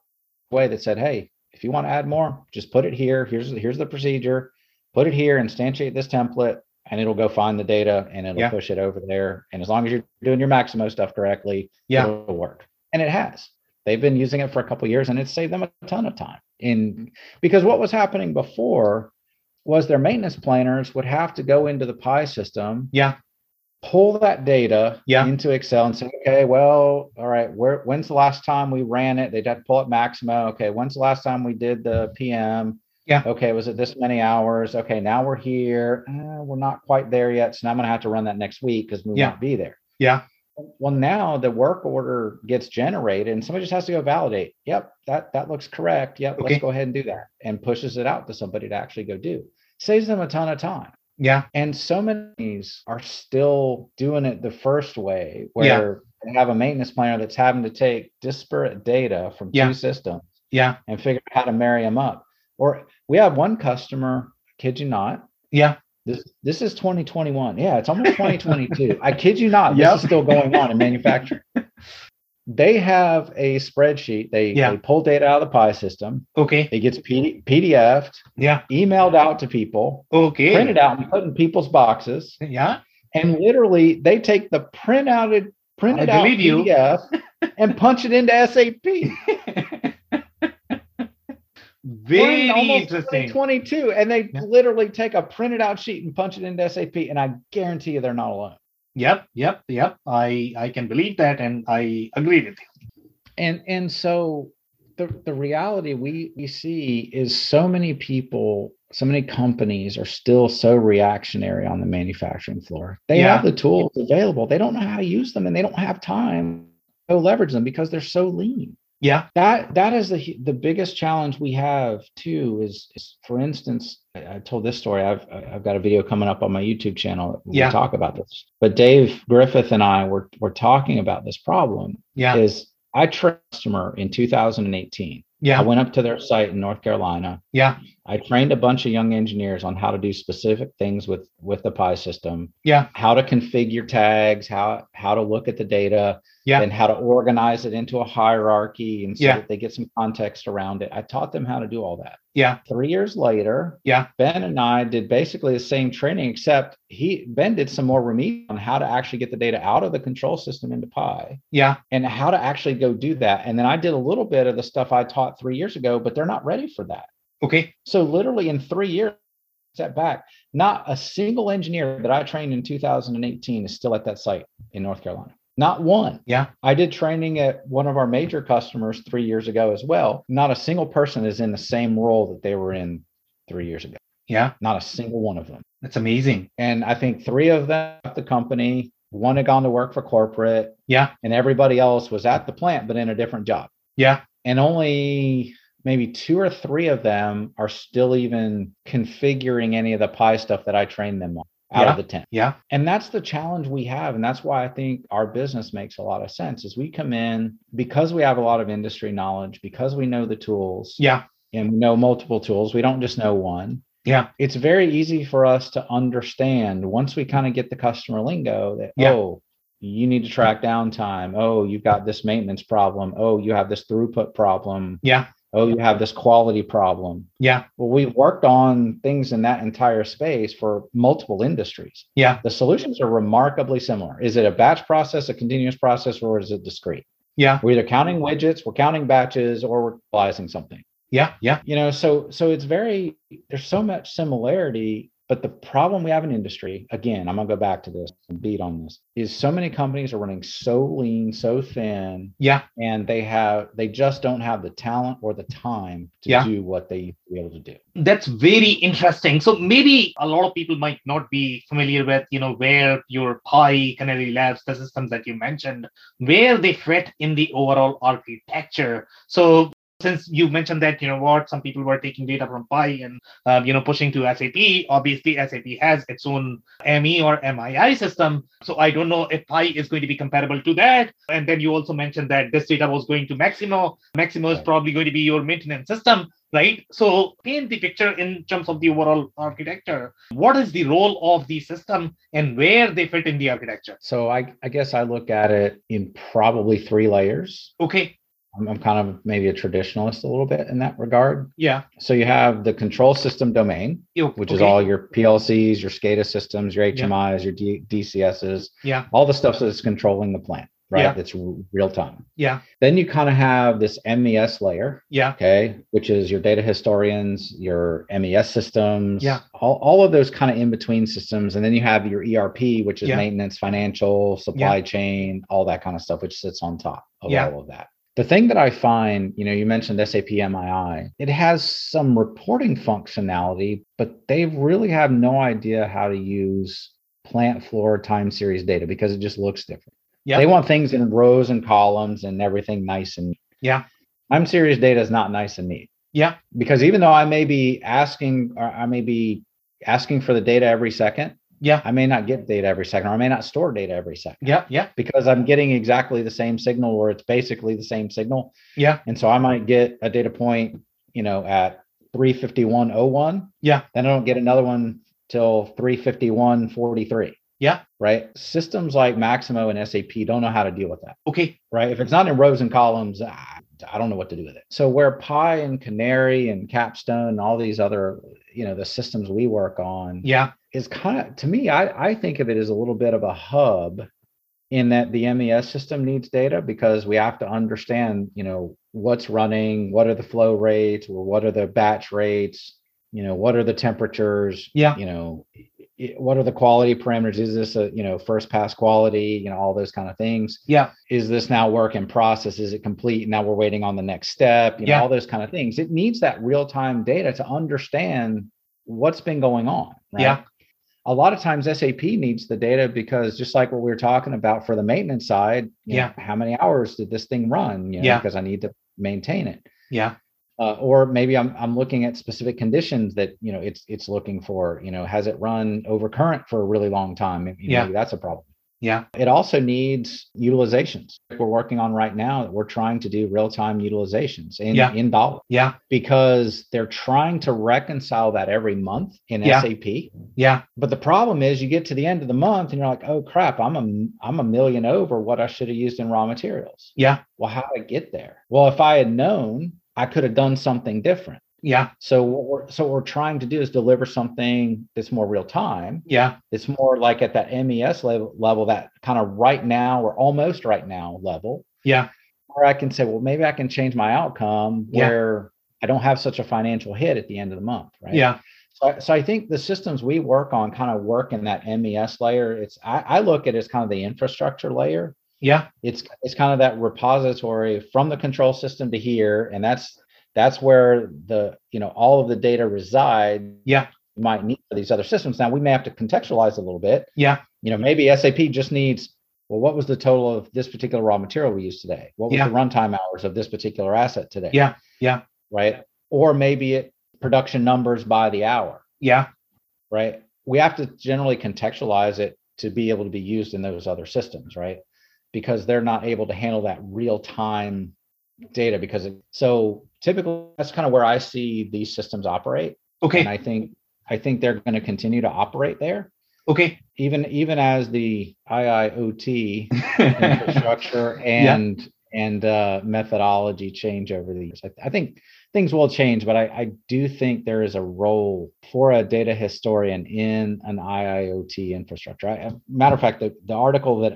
a way that said, hey, if you want to add more, just put it here. Here's here's the procedure. Put it here, instantiate this template, and it'll go find the data and it'll Yeah. push it over there. And as long as you're doing your Maximo stuff correctly, Yeah. it'll work. And it has. They've been using it for a couple years and it's saved them a ton of time. In because what was happening before was their maintenance planners would have to go into the Pi system Yeah. pull that data Yeah. into Excel and say, okay, well, all right, where when's the last time we ran it? They'd have to pull up Maximo. Okay, when's the last time we did the PM? Yeah. Okay, was it this many hours? Okay, now we're here. Uh, we're not quite there yet. So now I'm gonna have to run that next week because we Yeah. won't be there. Yeah. Well, now the work order gets generated and somebody just has to go validate. Yep, that that looks correct. Yep, Okay. let's go ahead and do that and pushes it out to somebody to actually go do. saves them a ton of time. Yeah. And so many are still doing it the first way, where they have a maintenance planner that's having to take disparate data from Yeah. two systems Yeah. and figure out how to marry them up. Or we have one customer, kid you not. Yeah. This this is 2021. Yeah, it's almost 2022. I kid you not. This Yep. is still going on in manufacturing. they have a spreadsheet. They, Yeah. they pull data out of the Pi system. Okay. It gets P- PDF'd, Yeah. emailed out to people, Okay. printed out and put in people's boxes. Yeah. And literally, they take the print outed printed out believe you. PDF and punch it into SAP. We're in Very almost interesting. 2022, and they Yeah. literally take a printed out sheet and punch it into SAP, and I guarantee you they're not alone. Yep, yep, yep. I I can believe that, and I agree with you. And and so the the reality we we see is so many people, so many companies are still so reactionary on the manufacturing floor. They Yeah. have the tools available, they don't know how to use them, and they don't have time to leverage them because they're so lean. Yeah. that that is the hu- the biggest challenge we have too is, is for instance I, I told this story I've I- I've got a video coming up on my YouTube channel we Yeah. talk about this but Dave Griffith and I were were talking about this problem Yeah. is I trained a customer in 2018 I Yeah. went up to their site in North Carolina Yeah. I trained a bunch of young engineers on how to do specific things with with the Pi system. Yeah. How to configure tags, how how to look at the data, Yeah. and how to organize it into a hierarchy and so Yeah. that they get some context around it. I taught them how to do all that. Yeah. Three years later, Yeah. Ben and I did basically the same training, except he Ben did some more remedial on how to actually get the data out of the control system into Pi Yeah. and how to actually go do that. And then I did a little bit of the stuff I taught three years ago, but they're not ready for that. Okay. So literally in three years, step back, not a single engineer that I trained in 2018 is still at that site in North Carolina. Not one. Yeah. I did training at one of our major customers three years ago as well. Not a single person is in the same role that they were in three years ago. Yeah. Not a single one of them. That's amazing. And I think three of them at the company, one had gone to work for corporate. Yeah. And everybody else was at the plant, but in a different job. Yeah. And only maybe two or three of them are still even configuring any of the Pi stuff that I trained them on out of the 10. Yeah. And that's the challenge we have. And that's why I think our business makes a lot of sense is we come in because we have a lot of industry knowledge, because we know the tools Yeah. and we know multiple tools. We don't just know one. Yeah. It's very easy for us to understand once we kind of get the customer lingo that, Yeah. oh, you need to track downtime. Oh, you've got this maintenance problem. Oh, you have this throughput problem. Yeah. Oh, you have this quality problem. Yeah. Well, we've worked on things in that entire space for multiple industries. Yeah. The solutions are remarkably similar. Is it a batch process, a continuous process, or is it discrete? Yeah. We're either counting widgets, we're counting batches, or we're realizing something Yeah. Yeah. you know so so it's very there's so much similarity but the problem we have in industry again i'm going to go back to this and beat on this is so many companies are running so lean so thin Yeah. and they have they just don't have the talent or the time to Yeah. do what they used to be able to do That's very interesting. So maybe a lot of people might not be familiar with, you know, where your Pi, Canary Labs, the systems that you mentioned, where they fit in the overall architecture. So since you mentioned that, you know what, some people were taking data from Pi and um, you know pushing to SAP. Obviously, SAP has its own ME or MII system. So I don't know if Pi is going to be comparable to that. And then you also mentioned that this data was going to Maximo. Maximo is Right. probably going to be your maintenance system, right? So paint the picture in terms of the overall architecture. What is the role of the system and where they fit in the architecture? so i i guess i look at it in probably three layers Okay. i'm, I'm kind of maybe a traditionalist a little bit in that regard Yeah. so you have the control system domain You- which is okay. all your PLCs, your SCADA systems, your Yeah. HMIs, your D- DCSs, Yeah. all the stuff that's controlling the plant, right? Yeah. That's r- real time. Yeah. Then you kind of have this MES layer, Yeah. okay, which is your data historians, your MES systems, Yeah. all, all of those kind of in between systems. And then you have your ERP, which is Yeah. maintenance, financial, supply chain, all that kind of stuff, which sits on top of Yeah. all of that. The thing that I find, you know, you mentioned SAP MII, it has some reporting functionality, but they really have no idea how to use plant floor time series data because it just looks different. Yeah. They want things in rows and columns and everything nice and Yeah. Time series data is not nice and neat. Yeah. Because even though I may be asking or I may be asking for the data every second. Yeah. I may not get data every second, or I may not store data every second Yeah. Yeah. because I'm getting exactly the same signal, or it's basically the same signal. Yeah. And so I might get a data point, you know, at 351.01. Yeah. Then I don't get another one till 351.43. Yeah. Right. Systems like Maximo and SAP don't know how to deal with that. Okay. Right. If it's not in rows and columns, I, I don't know what to do with it. So where Pi and Canary and Capstone and all these other, you know, the systems we work on Yeah. is kind of to me I, I think of it as a little bit of a hub in that the mes system needs data because we have to understand you know what's running what are the flow rates or what are the batch rates you know what are the temperatures Yeah. you know i- what are the quality parameters is this a you know first pass quality you know all those kind of things Yeah. is this now work in process is it complete now we're waiting on the next step you Yeah. know all those kind of things it needs that real time data to understand what's been going on right? Yeah. a lot of times sap needs the data because just like what we were talking about for the maintenance side you know, how many hours did this thing run you know, Yeah. because i need to maintain it Yeah. uh, or maybe I'm I'm looking at specific conditions that you know it's it's looking for. You know, has it run over current for a really long time? Maybe Yeah. that's a problem. Yeah. It also needs utilizations. We're working on right now that we're trying to do real time utilizations in Yeah. in dollar Yeah. because they're trying to reconcile that every month in Yeah. SAP. Yeah. But the problem is, you get to the end of the month and you're like, oh crap, I'm a I'm a million over what I should have used in raw materials. Yeah. Well, how did I get there? Well, if I had known, I could have done something different. Yeah. So what we're so what we're trying to do is deliver something that's more real time. Yeah. It's more like at that MES level, level that kind of right now or almost right now level, Yeah. where I can say, well, maybe I can change my outcome Yeah. where I don't have such a financial hit at the end of the month, right? Yeah. So, I- so I think the systems we work on kind of work in that MES layer. It's I, I look at it as kind of the infrastructure layer Yeah. it's it's kind of that repository from the control system to here and that's that's where the you know all of the data reside Yeah. you might need for these other systems now we may have to contextualize a little bit Yeah. you know maybe sap just needs well what was the total of this particular raw material we used today what was Yeah. the runtime hours of this particular asset today Yeah, yeah. right or maybe it production numbers by the hour Yeah. right? We have to generally contextualize it to be able to be used in those other systems, right? Because they're not able to handle that real time data. Because it, so typically, that's kind of where I see these systems operate, and Okay. I think I think they're going to continue to operate there, Okay. even even as the IIoT infrastructure Yeah. and and uh, methodology change over the years. I, I think things will change, but I, I do think there is a role for a data historian in an IIoT infrastructure. I, um, matter of fact, the, the article that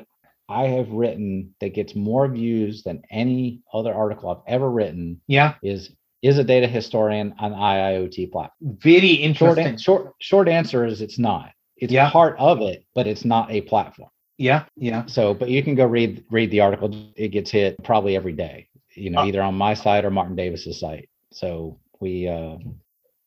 I have written that gets more views than any other article I've ever written yeah. is is a data historian an IIoT platform. Very Short interesting. an- short short answer is it's not. It's Yeah. part of it, but it's not a platform. Yeah. Yeah. So, but you can go read read the article. It gets hit probably every day, you know, Uh, either on my site or Martin Davis's site. So we uh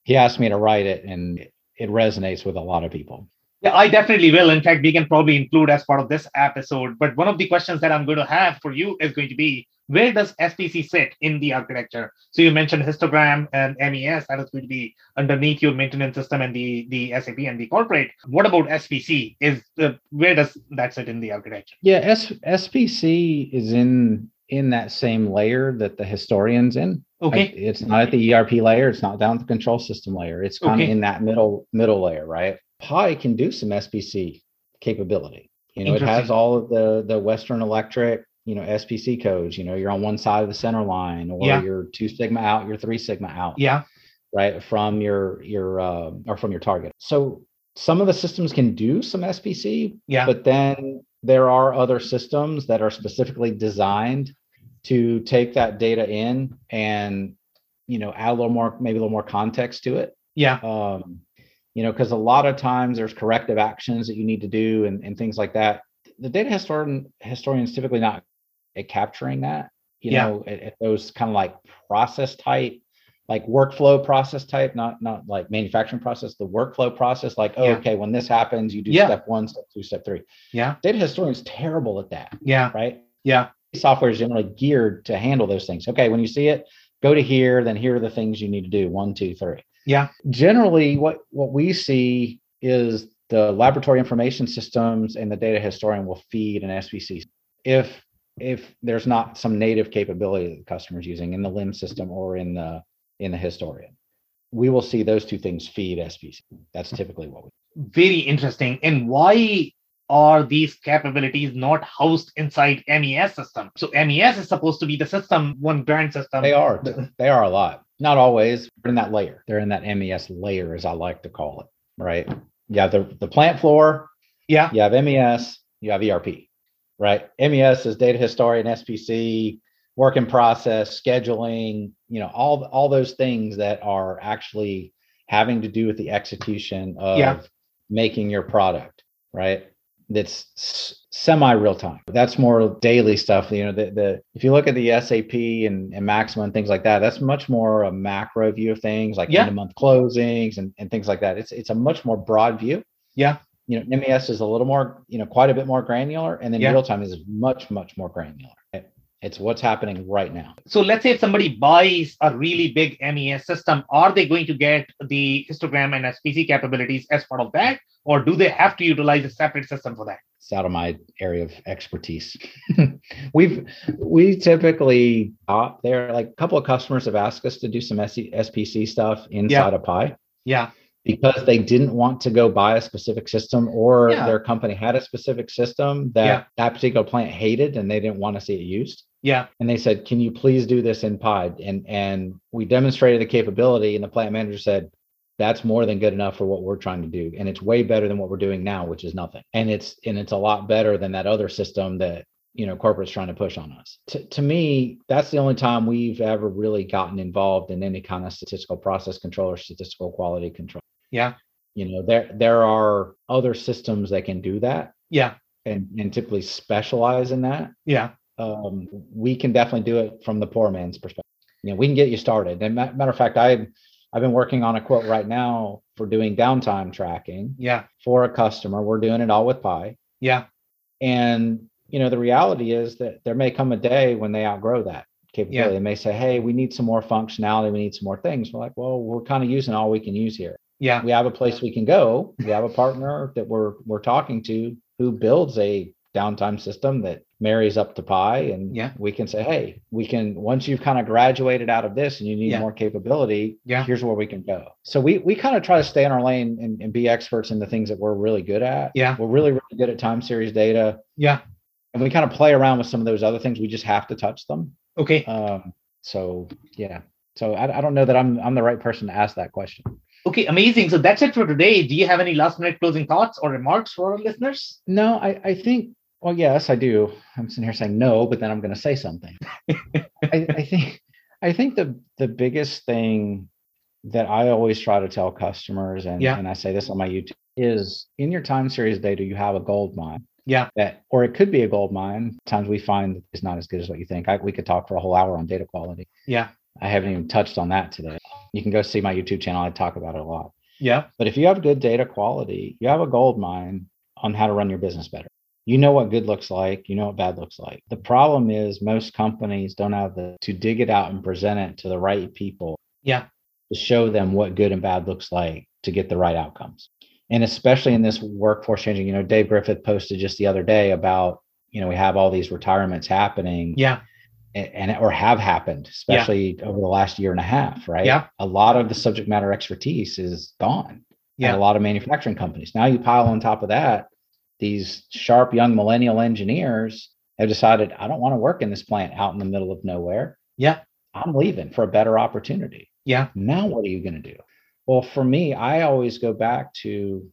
he asked me to write it and it- it resonates with a lot of people. Yeah, I definitely will. In fact, we can probably include as part of this episode. But one of the questions that I'm going to have for you is going to be where does SPC sit in the architecture? So you mentioned histogram and MES, that is going to be underneath your maintenance system and the, the SAP and the corporate. What about SPC? Is the, where does that sit in the architecture? Yeah, S- SPC is in in that same layer that the historians in. Okay. I- it's not at the ERP layer, it's not down at the control system layer. It's kind of Okay. in that middle middle layer, right? Pi can do some SPC capability. You know, it has Interesting. all of the the Western Electric, you know, SPC codes. You know, you're on one side of the center line, or Yeah. you're two sigma out, you're three sigma out, yeah. right? From your your uh, or from your target. So some of the systems can do some SPC, Yeah. but then there are other systems that are specifically designed to take that data in and you know add a little more maybe a little more context to it yeah. um you know because a lot of times there's corrective actions that you need to do and, and things like that the data historian historians typically not at capturing that you Yeah. know at, at those kind of like process type like workflow process type not not like manufacturing process the workflow process like oh, Yeah. okay when this happens you do Yeah. step one step two step three Yeah. data historians terrible at that Yeah. right Yeah. software is generally geared to handle those things okay when you see it go to here, then here are the things you need to do. One, two, three. Yeah. Generally, what what we see is the laboratory information systems and the data historian will feed an SVC. If if there's not some native capability that the customer's using in the LIM system or in the in the historian, we will see those two things feed SVC. That's typically what we Very interesting. And why are these capabilities not housed inside MES system? So MES is supposed to be the system, one brand system. they are. They are a lot. Not always. They're in that layer. They're in that MES layer, as I like to call it. Right. You have the, the plant floor, Yeah. you have MES, you have ERP, right? MES is data historian, SPC, work in process, scheduling, you know, all all those things that are actually having to do with the execution of Yeah. making your product, right? That's semi real time. That's more daily stuff. You know, the, the if you look at the SAP and, and Maxima and things like that, that's much more a macro view of things like Yeah. end of month closings and, and things like that. It's it's a much more broad view you know, MES is a little more, you know, quite a bit more granular, and then Yeah. real time is much, much more granular. It- It's what's happening right now. So let's say if somebody buys a really big MES system, are they going to get the histogram and SPC capabilities as part of that? Or do they have to utilize a separate system for that? It's out of my area of expertise. We've we typically opt there. Like a couple of customers have asked us to do some E, SE SPC stuff inside of Pi Yeah. because they didn't want to go buy a specific system, or Yeah. their company had a specific system that Yeah. that particular plant hated, and they didn't want to see it used. Yeah. and they said, "Can you please do this in Pod?" And and we demonstrated the capability, and the plant manager said, "That's more than good enough for what we're trying to do, and it's way better than what we're doing now, which is nothing. And it's and it's a lot better than that other system that you know corporate's trying to push on us." To to me, that's the only time we've ever really gotten involved in any kind of statistical process control or statistical quality control. Yeah. you know there there are other systems that can do that Yeah. and and typically specialize in that Yeah. um, we can definitely do it from the poor man's perspective. You know, we can get you started. And ma- matter of fact, I I've been working on a quote right now for doing downtime tracking Yeah. for a customer. We're doing it all with Pi. Yeah. And you know, the reality is that there may come a day when they outgrow that capability. They may say, "Hey, we need some more functionality. We need some more things." We're like, "Well, we're kind of using all we can use here. Yeah. We have a place we can go. We have a partner that we're we're talking to who builds a downtime system that marries up to Pi, and Yeah. we can say, "Hey, we can once you've kind of graduated out of this and you need Yeah. more capability, Yeah. here's where we can go. So we we kind of try to stay in our lane and, and be experts in the things that we're really good at. Yeah. We're really, really good at time series data. Yeah. And we kind of play around with some of those other things. We just have to touch them. Okay. Um, so yeah. So I, I don't know that I'm I'm the right person to ask that question. Okay. Amazing. So that's it for today. Do you have any last minute closing thoughts or remarks for our listeners? No, I, I think, well, yes, I do. I'm sitting here saying no, but then I'm going to say something. I, I think, I think the, the biggest thing that I always try to tell customers, and, Yeah. and I say this on my YouTube, is in your time series data, you have a gold mine. Yeah. That, or it could be a gold mine. Times we find that it's not as good as what you think. I, we could talk for a whole hour on data quality. Yeah. I haven't even touched on that today. You can go see my YouTube channel. I talk about it a lot. Yeah. But if you have good data quality, you have a gold mine on how to run your business better. You know what good looks like, you know what bad looks like. The problem is most companies don't have the to dig it out and present it to the right people. Yeah. To show them what good and bad looks like to get the right outcomes. And especially in this workforce changing, you know, Dave Griffith posted just the other day about, you know, we have all these retirements happening Yeah. a- and or have happened, Yeah. especially over the last year and a half, right? Yeah. A lot of the subject matter expertise is gone. Yeah. Yeah. a lot of manufacturing companies. Now you pile on top of that, these sharp young millennial engineers have decided, I don't want to work in this plant out in the middle of nowhere. Yeah. I'm leaving for a better opportunity. Yeah. Now what are you going to do? Well, for me, I always go back to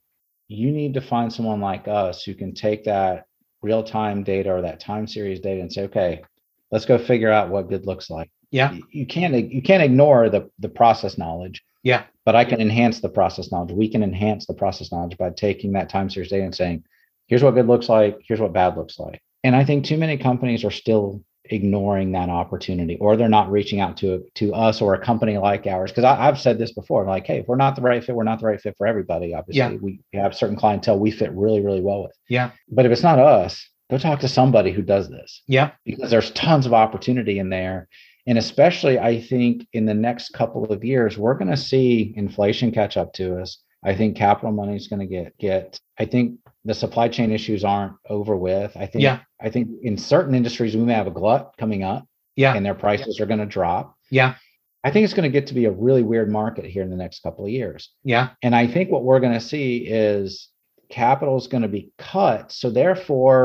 you need to find someone like us who can take that real time data or that time series data and say, okay, let's go figure out what good looks like. Yeah. You- You can't you can't ignore the the process knowledge. Yeah. But I can enhance the process knowledge. We can enhance the process knowledge by taking that time series data and saying, here's what good looks like, here's what bad looks like. And I think too many companies are still ignoring that opportunity or they're not reaching out to to us or a company like ours because i've said this before I'm like hey if we're not the right fit we're not the right fit for everybody obviously Yeah. we have certain clientele we fit really really well with Yeah. but if it's not us go talk to somebody who does this Yeah. because there's tons of opportunity in there And especially, I think in the next couple of years, we're going to see inflation catch up to us. I think capital money is going to get get. I think the supply chain issues aren't over with. I think Yeah. I think in certain industries we may have a glut coming up, Yeah. and their prices are going to drop. Yeah. I think it's going to get to be a really weird market here in the next couple of years. Yeah. And I think what we're going to see is capital is going to be cut. So therefore,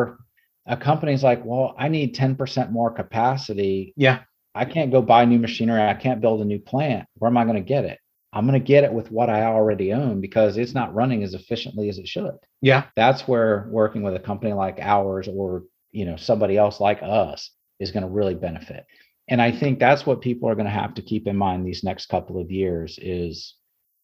a company's like, well, I need 10% more capacity. Yeah. I can't go buy new machinery. I can't build a new plant. Where am I going to get it? I'm going to get it with what I already own because it's not running as efficiently as it should. Yeah. That's where working with a company like ours or, you know, somebody else like us is going to really benefit. And I think that's what people are going to have to keep in mind these next couple of years is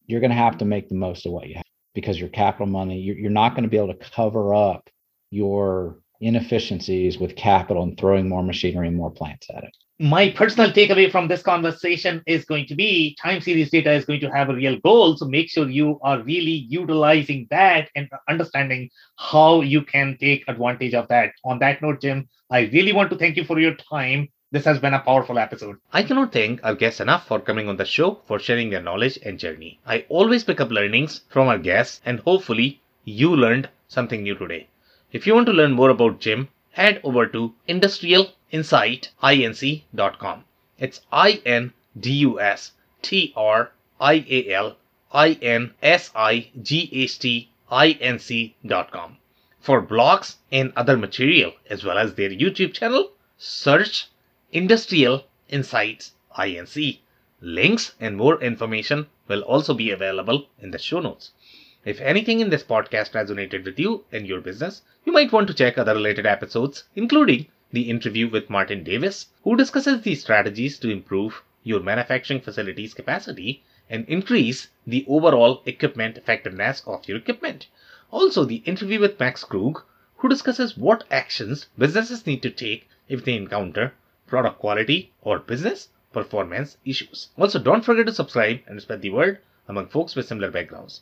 you're going to have to make the most of what you have because your capital money, you're, you're not going to be able to cover up your inefficiencies with capital and throwing more machinery and more plants at it. my personal takeaway from this conversation is going to be time series data is going to have a real goal so make sure you are really utilizing that and understanding how you can take advantage of that on that note jim i really want to thank you for your time this has been a powerful episode I cannot thank our guests enough for coming on the show for sharing their knowledge and journey. I always pick up learnings from our guests and hopefully you learned something new today. If you want to learn more about Jim, head over to industrialinsightinc.com. It's I N D U S T R I A L I N S I G H T I N C.com. For blogs and other material as well as their YouTube channel, search Industrial Insights INC. Links and more information will also be available in the show notes. If anything in this podcast resonated with you and your business, you might want to check other related episodes, including the interview with Martin Davis, who discusses the strategies to improve your manufacturing facilities capacity and increase the overall equipment effectiveness of your equipment. Also, the interview with Max Krug, who discusses what actions businesses need to take if they encounter product quality, or business performance issues. Also, don't forget to subscribe and spread the word among folks with similar backgrounds.